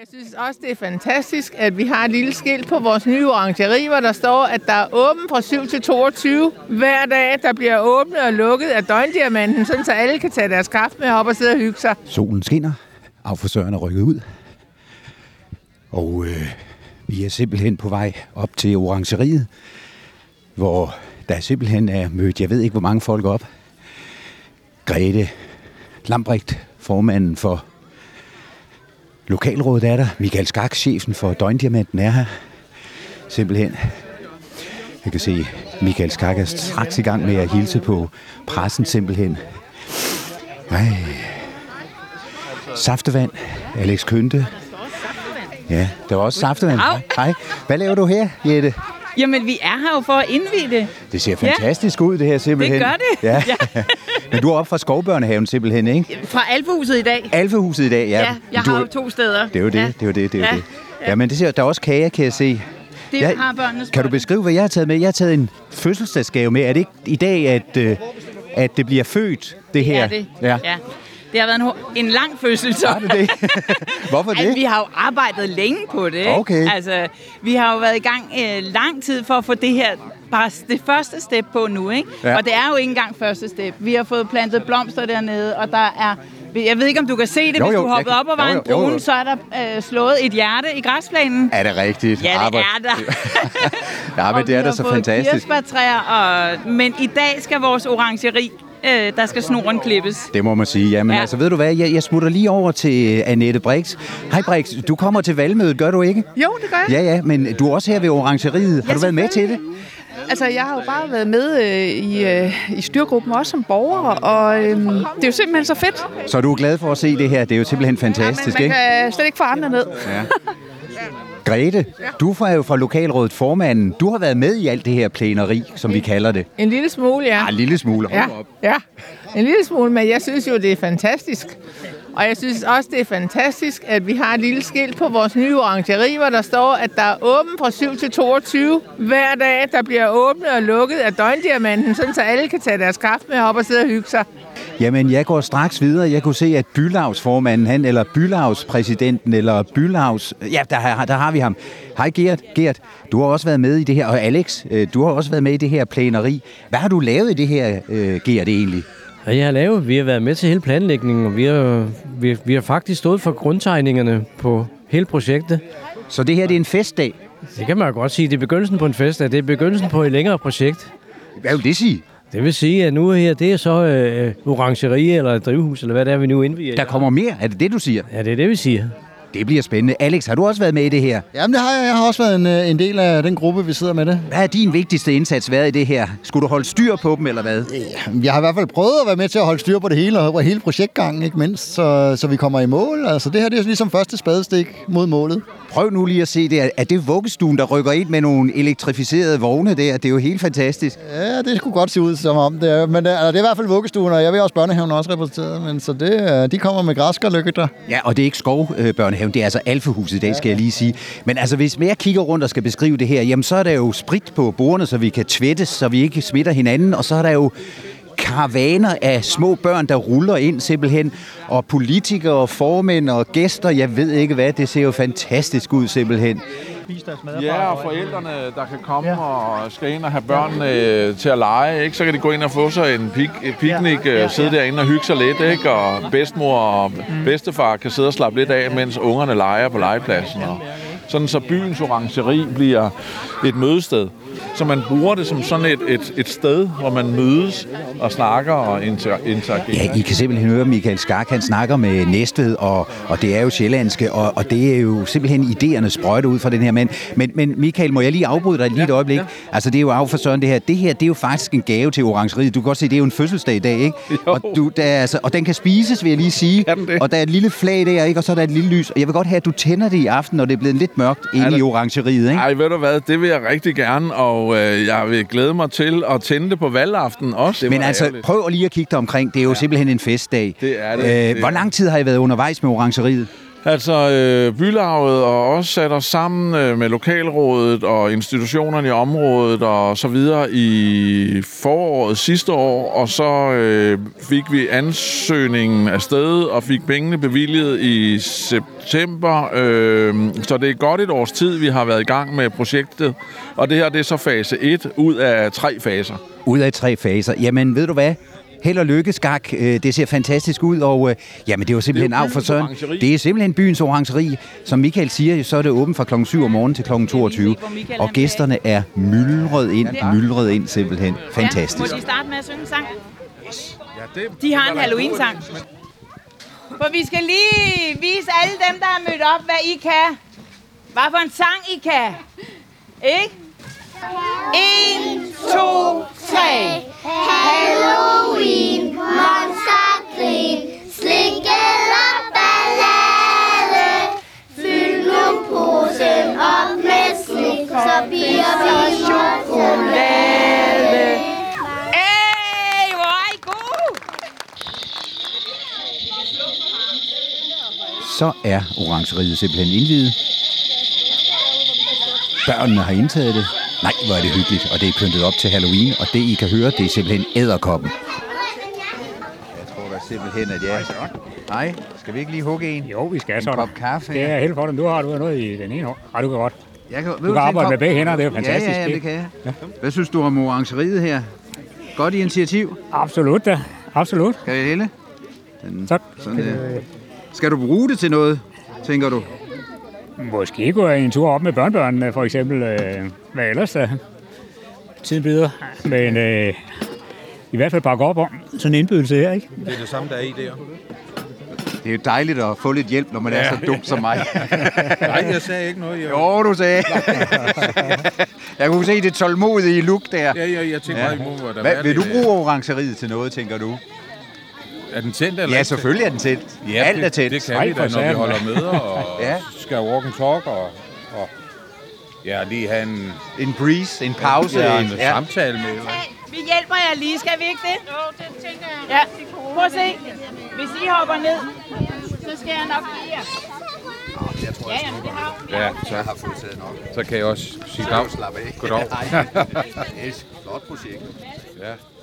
jeg synes også, det er fantastisk, at vi har et lille skilt på vores nye orangeri, hvor der står, at der er åben fra 7 til 22 hver dag. Der bliver åbnet og lukket af døgndiamanten, sådan så alle kan tage deres kaffe med op og sidde og hygge sig. Solen skinner, affrisøren er rykket ud, og øh, vi er simpelthen på vej op til orangeriet, hvor der simpelthen er mødt, jeg ved ikke hvor mange folk op. Grete Lambrecht, formanden for Lokalrådet er der. Michael Skak, chefen for Døgndiamanten, er her. Simpelthen. Jeg kan se, Michael Skak er straks i gang med at hilse på pressen simpelthen. Nej. Saftevand. Alex Kønte. Ja, der var også saftevand. Au. Hej. Hvad laver du her, Jette? Jamen, vi er her jo for at indvide det. Det ser fantastisk ud, det her simpelthen. Det gør det. Ja. Men du er oppe fra Skovbørnehaven simpelthen, ikke? Fra Albuhuset i dag. Alfehuset i dag, ja. Ja, ja jeg du, har jo to steder. Det er jo det, ja. det er jo det, det er jo Ja. det. Ja, men det ser, der er også kager, kan jeg se. Det jeg, har børnenes Kan du børn. beskrive, hvad jeg har taget med? Jeg har taget en fødselsdagsgave med. Er det ikke i dag, at, øh, at det bliver født, det her? Ja, det. Ja. ja. Det har været en, ho- en lang fødsel, så. Var det det? Hvorfor Ej, det? vi har jo arbejdet længe på det. ikke? Okay. Altså, vi har jo været i gang øh, lang tid for at få det her bare s- det første step på nu, ikke? Ja. Og det er jo ikke engang første step. Vi har fået plantet blomster dernede, og der er jeg ved ikke, om du kan se det, Jo, hvis jo, du jeg hoppede kan- op jo, og var jo, en jo, jo. brune, så er der øh, slået et hjerte i græsplænen. Er det rigtigt? Ja, det Arbejde- er der. ja, men Og det er vi da har så fået fantastisk. kirsebærtræer, og... men i dag skal vores orangeri, øh, der skal snoren klippes. Det må man sige. Jamen ja. Ja. altså, ved du hvad? Jeg, jeg smutter lige over til øh, Annette Brix. Hej Brix, du kommer til valgmødet, gør du ikke? Jo, det gør jeg. Ja, ja, men du er også her ved Orangeriet. Har du været med til det? Altså, jeg har jo bare været med øh, i, øh, i styrgruppen også som borger, og øh, det er jo simpelthen så fedt. Så du er glad for at se det her. Det er jo simpelthen fantastisk, man ikke? kan slet ikke få andre ned. Grete, du er jo fra Lokalrådet formanden. Du har været med i alt det her plæneri, som vi kalder det. En lille smule, ja. Ah, en lille smule. Hold Ja, nu op. ja, en lille smule, men jeg synes jo, det er fantastisk. Og jeg synes også, det er fantastisk, at vi har et lille skilt på vores nye orangeri, hvor der står, at der er åben fra 7 til 22 hver dag. Der bliver åbnet og lukket af døgndiamanten, sådan så alle kan tage deres kaffe med op og sidde og hygge sig. Jamen, jeg går straks videre. Jeg kunne se, at bylavsformanden, han, eller bylavspræsidenten, eller bylavs... Ja, der, har- der har vi ham. Hej, Gert. Gert, du har også været med i det her. Og Alex, øh, du har også været med i det her plæneri. Hvad har du lavet i det her, øh, Gert, egentlig? Ja, jeg har lavet. Vi har været med til hele planlægningen, og vi har, vi, vi har faktisk stået for grundtegningerne på hele projektet. Så det her, det er en festdag. Det kan man jo godt sige. Det er begyndelsen på en fest, det er begyndelsen på et længere projekt. Hvad vil det sige? Det vil sige, at nu her, det er så øh, orangeri eller et drivhus, eller hvad det er, vi nu indviger. Der kommer mere. Er det det, du siger? Ja, det er det, vi siger. Det bliver spændende. Alex, har du også været med i det her? Jamen, det har jeg. Jeg har også været en, øh, en del af den gruppe, vi sidder med det. Hvad har din vigtigste indsats været i det her? Skulle du holde styr på dem, eller hvad? Jeg har i hvert fald prøvet at være med til at holde styr på det hele, og på hele projektgangen, ikke mindst, så, så vi kommer i mål. Altså, det her det er ligesom første spadestik mod målet. Prøv nu lige at se det. Er det vuggestuen, der rykker ind med nogle elektrificerede vogne der? Det er jo helt fantastisk. Ja, det skulle godt se ud som om det er. Men øh, altså, det er i hvert fald vuggestuen, og jeg ved også, børnehaven er også repræsenteret. Men så det, øh, de kommer med græskarlygter. Ja, og det er ikke skovbørnehaven, det er altså alfahuset i dag, skal jeg lige sige. Men altså, hvis mere kigger rundt og skal beskrive det her, jamen så er der jo sprit på bordene, så vi kan tvættes, så vi ikke smitter hinanden. Og så er der jo karavaner af små børn, der ruller ind simpelthen. Og politikere, og formænd og gæster, jeg ved ikke hvad, det ser jo fantastisk ud simpelthen. Ja, og forældrene, der kan komme ja. og skal ind og have børnene øh, til at lege, ikke? så kan de gå ind og få sig en pik, et piknik, ja. Ja, ja. sidde derinde og hygge sig lidt, ikke? og bedsmor og bedstefar kan sidde og slappe lidt af, mens ungerne leger på legepladsen. Og sådan så byens orangeri bliver et mødested. Så man bruger det som sådan et, et, et sted, hvor man mødes og snakker og inter- interagerer. Ja, I kan simpelthen høre Michael Skark, han snakker med Næstved, og, og det er jo sjællandske, og, og det er jo simpelthen idéerne sprøjter ud fra den her mand. Men, men Michael, må jeg lige afbryde dig lige et øjeblik? Altså, det er jo af for søren det her. Det her, det er jo faktisk en gave til orangeriet. Du kan godt se, det er jo en fødselsdag i dag, ikke? Jo. Og, du, der er, altså, og den kan spises, vil jeg lige sige. Kan den det? Og der er et lille flag der, ikke? Og så er der et lille lys. Og jeg vil godt have, at du tænder det i aften, når det er blevet lidt mørkt inde det- i orangeriet, ikke? Ej, ved du hvad, det vil jeg rigtig gerne, og øh, jeg vil glæde mig til at tænde det på valgaften også. Det Men var altså, ærgerligt. prøv lige at kigge dig omkring. Det er jo ja. simpelthen en festdag. Det er det. Øh, Det er hvor det. lang tid har I været undervejs med orangeriet? Altså, øh, bylaget og os satte os sammen øh, med lokalrådet og institutionerne i området og så videre i foråret sidste år, og så øh, fik vi ansøgningen afsted og fik pengene bevilget i september. Øh, så det er godt et års tid, vi har været i gang med projektet, og det her det er så fase 1 ud af tre faser. Ud af tre faser. Jamen, ved du hvad? Held og lykke, Skak. Øh, Det ser fantastisk ud, og øh, jamen, det var simpelthen Det er jo af for byens søren. orangeri. Det er simpelthen byens orangeri. Som Michael siger, så er det åbent fra klokken 7 om morgenen til klokken 22. hvor Michael Og han gæsterne er myldret ind, myldret ind simpelthen. Ja, Fantastisk. må de starte med at synge en sang? Ja, det, De har en Halloween-sang. For vi skal lige vise alle dem, der er mødt op, hvad I kan. Hvad for en sang I kan. Ikke? 1, 2, 3. Halloween, monstergrin, slik eller ballade. Fyld nu posen op med slik, så bliver vi chokolade. Hey, hvor er I gode! Så er orangeriet simpelthen indvidet. Børnene har indtaget det. Nej, hvor er det hyggeligt, og det er pyntet op til Halloween, og det I kan høre, det er simpelthen æderkoppen. Jeg tror da simpelthen, at jeg... Nej, skal vi ikke lige hugge en? Jo, vi skal En så. kop kaffe, Det ja. er jeg helt for dem. Du har, du har noget i den ene hånd. Ej, du kan godt. Jeg kan, ved Du kan til en arbejde kop- med begge hænder, det er jo fantastisk. Ja, ja, ja, det ikke? kan jeg. Hvad synes du om orangeriet her? Godt initiativ. Absolut da. Absolut. Kan jeg hælde? Mm. Tak. Sådan der. Skal du bruge det til noget, tænker du? Måske gå en tur op med børnebørnene, for eksempel. øh, Hvad ellers da? Tiden byder. Men øh, i hvert fald bakke op om sådan en indbydelse her, ikke? Det er jo dejligt at få lidt hjælp, når man er så dum som mig. Nej, jeg sagde ikke noget. Jeg, Jo, du sagde. jeg kunne se det tålmodige look der. ja, jeg, jeg tænkte Ja. ja. meget imod, hvad der øh, Hvad, vil du bruge orangeriet til noget, tænker du? Er den tændt eller Ja, ikke? selvfølgelig er den tændt. Alt er det, tændt. Det kan Ej, vi for da, når vi satan. holder møder og Ja. ja. skal walk and talk og, og ja, lige have en, En breeze, en pause. ja, en en- ja. samtale med. Eller? Vi hjælper jer lige, skal vi ikke det? Jo, det tænker jeg. Ja, prøv at se. Hvis I hopper ned, så skal jeg nok give jer. Ja, jamen, det har hun. Ja, så, så kan jeg også sige dag. Goddag. Flot projekt. Ja,